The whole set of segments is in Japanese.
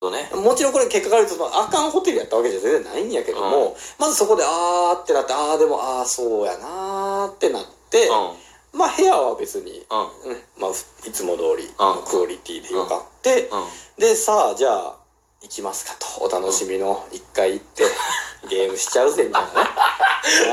どね。もちろんこれ結果から言うと、まあ、アカンホテルやったわけじゃ全然ないんやけども、まずそこで、あーってなって、あーでも、あーそうやなーってなって、うん。まあ部屋は別に、うん。うん、まあいつも通りのクオリティでよかって、うん。で、さあ、じゃあ、行きますかと。お楽しみの、一回 行って、ゲームしちゃうぜ、みたいなね。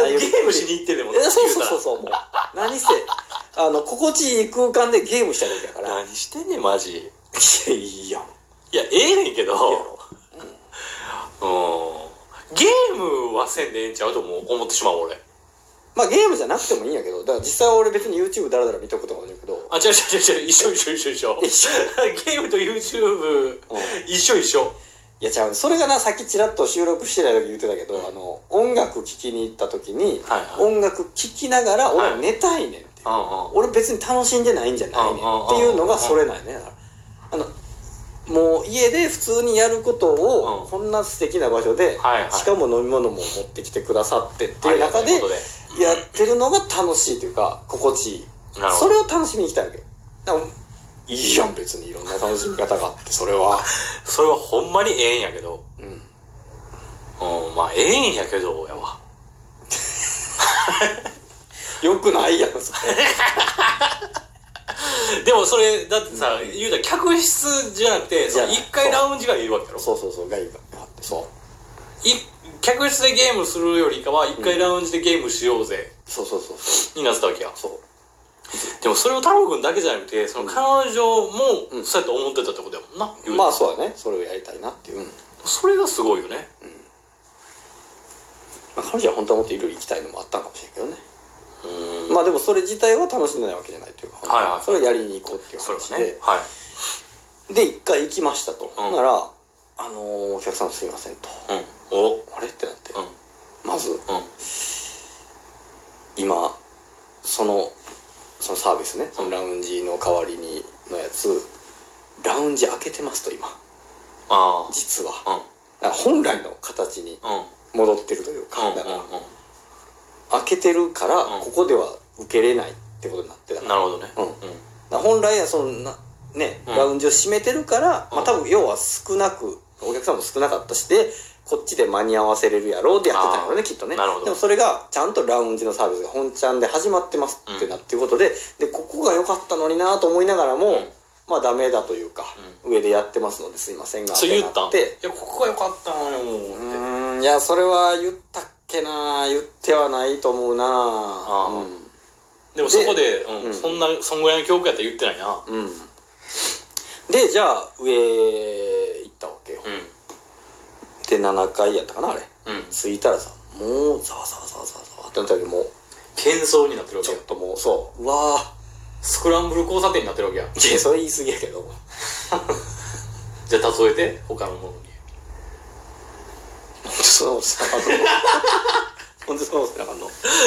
ああいうゲームしに行ってでもえそうそうそうそう、もう。何せ、あの、心地いい空間でゲームしただけやから。何してんねんマジいや、いいやん。いやええねんけどいいやうろんゲームはせんでええんちゃうと思う思ってしまう俺まあゲームじゃなくてもいいんやけど、だから実際俺別に YouTube だらだら見とくこともあるんやけど、あ違う違う違う違う一緒一緒一緒一緒一緒 ゲームと YouTube うん一緒一緒いやちゃうそれがなさっきちらっと収録してない時言ってたけど、あの音楽聴きに行った時に、はいはい音楽聴きながらはい俺寝たいねんって、うんうん俺別に楽しんでないんじゃないねうんんうんうんっていうのがそれなんやねだからあのもう家で普通にやることうをんこんな素敵な場所で、はいはいしかも飲み物も持ってきてくださってっていう中でありがたいことやってるのが楽しいというか心地いいなるほそどれを楽しみに来たわけだからいいやん別にいろんな楽しみ方があってそれはそれはほんまにええんやけどうんうんまあええんやけどやわよくないやんそれでもそれだってさ言うたら客室じゃなくてじそゃなのい一回ラウンジがいるわけやろそうそうそう、ガイがあって、そう。い客室でゲームするよりかは一回ラウンジでゲームしようぜそうそうそうそになってたわけやう。そう。でもそれを太郎くんだけじゃなくてその彼女もそうやって思ってたってことやもんな、言うてまあそうだね。それをやりたいなっていう。うん。それがすごいよねまあ彼女は本当はもっといろいろ行きたいのもあったのかもしれんけどね。うんまあでもそれ自体は楽しんでないわけじゃないというか、はいはいそれをやりに行こうっていうそれ話はで。ねはいで、一回行きましたと。うんなら、あのーお客さんすいませんと。うんおあれってなって。うんまず、うん今、その、そのサービスね。そのラウンジの代わりにのやつ、ラウンジ開けてますと、今。あ実は。あだから本来の形にうんうんうん戻ってるというか、だうからん開けてるから、んここでは受けれないってことになってたうんだなるほどねうんうんから本来はそのなね、うんラウンジを閉めてるから、うんまあ多分要は少なくお客さんも少なかったしでこっちで間に合わせれるやろうってやってたんやろねきっとねなるほどでもそれがちゃんとラウンジのサービスが本ちゃんで始まってますってなっていうことで,、でここが良かったのになと思いながらも、うんまあダメだというか、上でやってますのですいませんがそう言ったんっいてやここが良かったのようってーんいやそれは言ったっけな言ってはないと思うなあーうんでもそこでううんんそんなそんぐらいの教育やったら言ってないなうん。で、じゃあ、上行ったわけよ。うで、7階やったかな、あれ。んうん着いたらさ、もう、ざわざわざわざわざわってなったけど、もう、喧騒になってるわちけょやっともう、そう、うわぁ。スクランブル交差点になってるわけやいや、それ言い過ぎやけど。じゃあ例えて他のものにそんなことしなかった の。ほんとそんなことしなかっ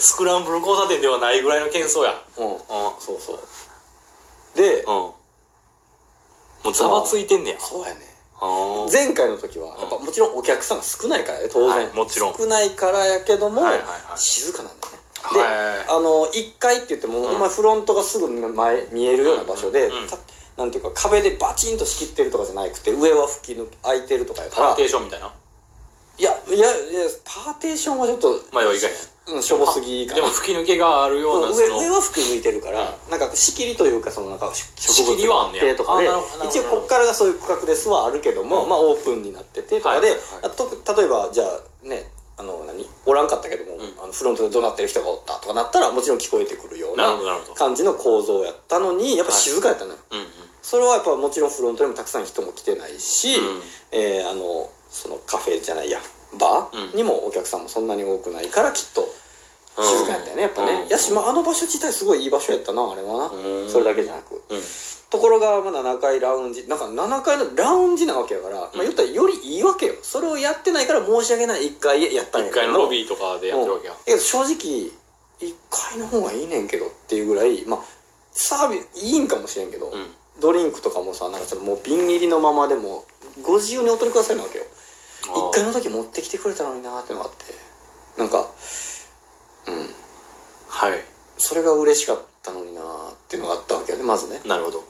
スクランブル交差点ではないぐらいの喧騒やたの。うん。うんそうそう。で、もうざわついてんねや。そうやね。あー前回の時は、やっぱもちろんお客さんが少ないからね、当然。はいもちろん少ないからやけども、はいはいはい静かなんだよね。で、はあの1階って言っても、うん今フロントがすぐ前見えるような場所で、うんうんたなんていうか壁でバチンと仕切ってるとかじゃなくて上は吹き抜け開いてるとかやい。かパらーテーションみたいな。いやいやいやパーテーションはちょっと、まあ、要はいかへん。うん、しょぼすぎかでなも吹き抜けがあるよううんな、そ上上の、は吹き抜いてるから、なんか仕切りというかそのなんか植仕物切りはあんねやとかであなるほどなるほ一ど応こっからがそういう区画ですはあるけども、うんまあオープンになっててとかで、はいはいはいあと例えばじゃあねあの何おらんかったけども、んあのフロントで怒鳴ってる人がおったとかなったらもちろん聞こえてくるようなるなほどなるほど感じの構造やったのにやっぱ静かやったのよ、うんうん。それはやっぱもちろんフロントにもたくさん人も来てないし、うんえーあのそのカフェじゃないやバーうんにもお客さんもそんなに多くないからきっと静かやったよねやっぱね、うんやし、まあ、あの場所自体すごいいい場所やったなあれはな、うんそれだけじゃなくうん。ところがまあ7階ラウンジなんか7階のラウンジなわけやから、まあ、言ったらよりいいわけよそれをやってないから申し訳ない1階へやったんや一けど階のロビーとかでやってるわけや。うんいや正直1階の方がいいねんけどっていうぐらいまあサービスいいんかもしれんけど、うん。ドリンクとかもさなんかちょっともう瓶入りのままでもご自由にお取りくださいなわけよ1階の時持ってきてくれたのになーってのがあってなんかうんはい。それが嬉しかったのになーっていうのがあったわけよねまずねなるほど。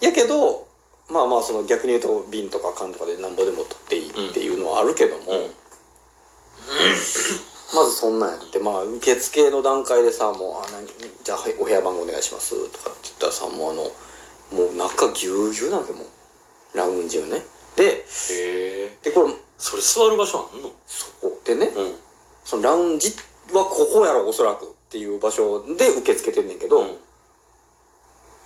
やけどまあまあその逆に言うと瓶とか缶とかでなんぼでも取っていいっていうのはあるけども、うんうん まずそんなんやってまあ受付の段階でさもうあ何「じゃあはいお部屋番号お願いします」とかって言ったらさもうあのもう中ぎゅうぎゅうなんだよもうラウンジをねでへえでこれそれ座る場所あんのそこでね、うんそのラウンジはここやろおそらくっていう場所で受け付けてんねんけど、うん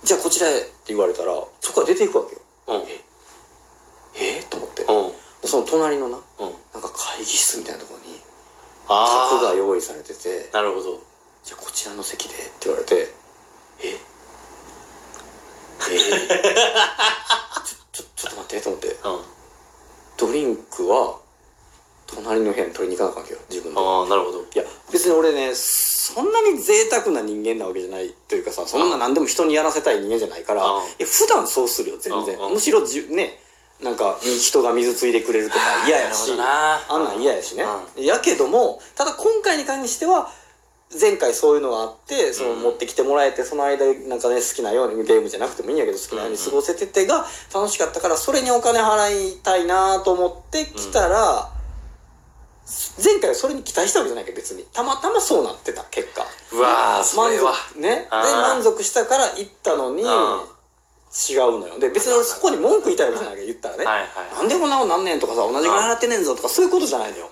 じゃあこちらへって言われたらそこから出ていくわけようんええと思って、うんその隣のなうんなんか会議室みたいなところに卓あが用意されててあなるほどじゃあこちらの席でって言われてえ えちょちょちょっと待ってと思ってうんドリンクは隣の部屋に取りに行かなあかんわけよ自分のああなるほどいや別に俺ねそんなに贅沢な人間なわけじゃないというかさそんな何でも人にやらせたい人間じゃないからいうんや普段そうするよ全然うんうんむしろじゅねなんか人が水ついでくれるとか嫌やしなあんなん嫌やしねやけどもただ今回に関しては前回そういうのがあってそのうん持ってきてもらえてその間なんかね好きなようにゲームじゃなくてもいいんやけど好きなように過ごせててが楽しかったからそれにお金払いたいなと思ってきたら前回はそれに期待したわけじゃないけど別にたまたまそうなってた結果うわーそれは満足ねであー満足したから行ったのに違うんうのよで別に俺そこに文句言いたいわけじゃないけど言ったらねはいなはんでこんなことなんねんとかさ同じぐらい払ってねんぞとかそういうことじゃないのよい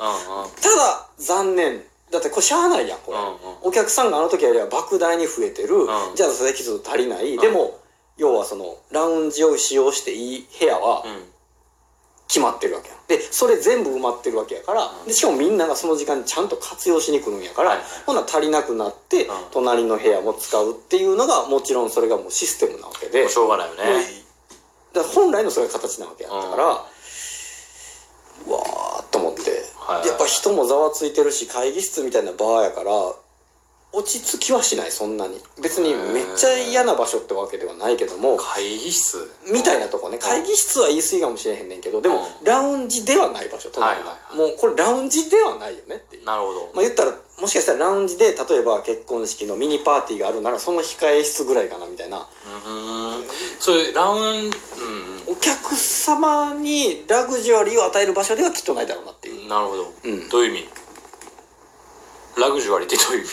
ただ残念だってこれしゃあないやんこれ、うんうんお客さんがあの時よりは莫大に増えてる、んじゃあ席数足りない、んでも要はそのラウンジを使用していい部屋はうんうん決まってるわけやんでそれ全部埋まってるわけやから、でしかもみんながその時間にちゃんと活用しに来るんやから、はいはいほんなら足りなくなって、ん隣の部屋も使うっていうのがもちろんそれがもうシステムなわけでもうしょうがないよねだから本来のそれが形なわけやったから、ううわーっと思って、はいでやっぱ人もざわついてるし会議室みたいなバーやから落ち着きはしないそんなに別にめっちゃ嫌な場所ってわけではないけども会議室みたいなとこね会議室は言い過ぎかもしれへんねんけどでもうラウンジではない場所隣が、はいはいもうこれラウンジではないよねっていうなるほどまあ言ったらもしかしたらラウンジで例えば結婚式のミニパーティーがあるならその控え室ぐらいかなみたいなうんそういうラウンお客様にラグジュアリーを与える場所ではきっとないだろうなっていうう、んなるほどうんどういう意味ラグジュアリーってどういう意味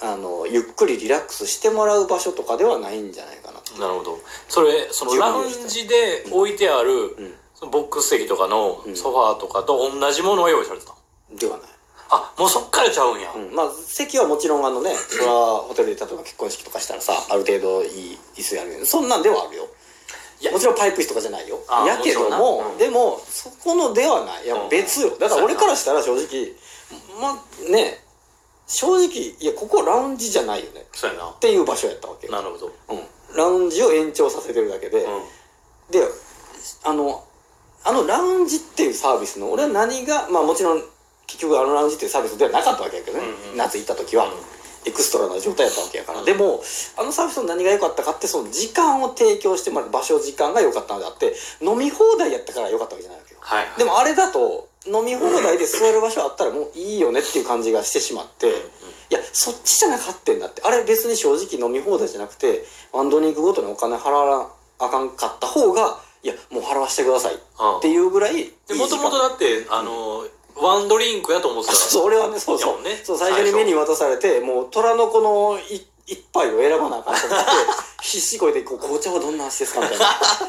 あのゆっくりリラックスしてもらう場所とかではないんじゃないかななるほどそれそのラウンジで置いてある、んそのボックス席とかのんソファーとかと同じものが用意されてたのではない、あもうそっからちゃうんや、うん、まあ席はもちろんあの ねそれはホテルで例えば結婚式とかしたらさある程度いい椅子やるけどそんなんではあるよいやもちろんパイプ椅子とかじゃないよあやけどもちもろんなうんでもそこのではないいやうん別よだから俺からしたら正直まあね正直いやここラウンジじゃないよねそうやなっていう場所やったわけよなるほど、うん、ラウンジを延長させてるだけで、であのあのラウンジっていうサービスの俺は何がまあもちろん結局あのラウンジっていうサービスではなかったわけやけどね、うんうん夏行った時は、うんエクストラな状態やったわけやから、うんでもあのサービスの何が良かったかってその時間を提供してもらう場所時間が良かったのであって飲み放題やったから良かったわけじゃないわけよはいでもあれだと飲み放題で座る場所あったらもういいよねっていう感じがしてしまって、いや、そっちじゃなかったんだって。あれ別に正直飲み放題じゃなくて、ワンドリンクごとにお金払わなあかんかった方が、いや、もう払わしてくださいっていうぐらいいい時間。もともとだってあの、ワンドリンクやと思ってあた そうそう、俺はね、そうそいやもうう。ねそう最初にメニュー渡されて、もう虎の子のい一杯を選ばなあかんと 思って、必死こいて、こう紅茶はどんな味ですかみたいな。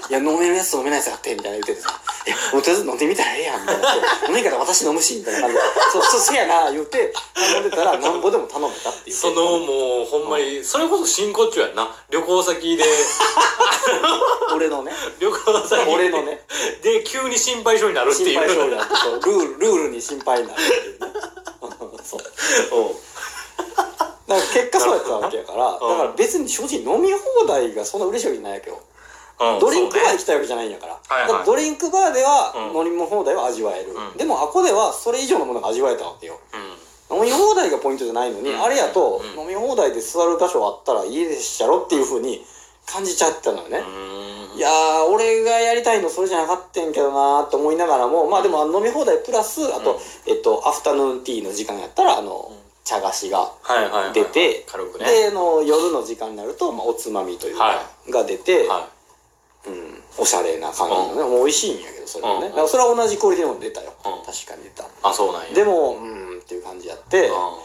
いや、飲めるやつと飲めないやつがあって、みたいな言っててさ、いや、もうとりあえず飲んでみたらええやん、みたいな。飲めんから私飲むし、みたいな感じで。そう、そう、せやな、言って、頼んでたら、なんぼでも頼めたっていう。そのもうほんまに、それこそ真骨頂やんな旅行先 で俺のね。旅行先で俺のねで急に心配性になるっていう心配性になってそうルールルールに心配になるっていうねそううんだから結果そうやったわけやからだほどなから別に正直飲み放題がそんな嬉しいわけじゃないわけどうんドリンクバそうー行ねきたいわけじゃないんやから,、はいはいドリンクバーではう飲み放題は味わえる、うんでもあこではそれ以上のものが味わえたわけようん飲み放題がポイントじゃないのに、うんあれやとうん飲み放題で座る場所あったら家でしちゃろっていうふうに感じちゃったのよね、うんいやー、俺がやりたいのそれじゃなかったんけどなーと思いながらも、まあでもあの飲み放題プラス、あと、えっと、アフタヌーンティーの時間やったら、あの、茶菓子がはいはいはいはい出て、軽くねで、あの、夜の時間になると、まあ、おつまみというか、はが出て、はうん、おしゃれな感じのね、もう美味しいんやけどそれはね、うんだからそれは同じ氷でも出たよ、うん確かに出たあそうなんやでもうーんっていう感じやって、うん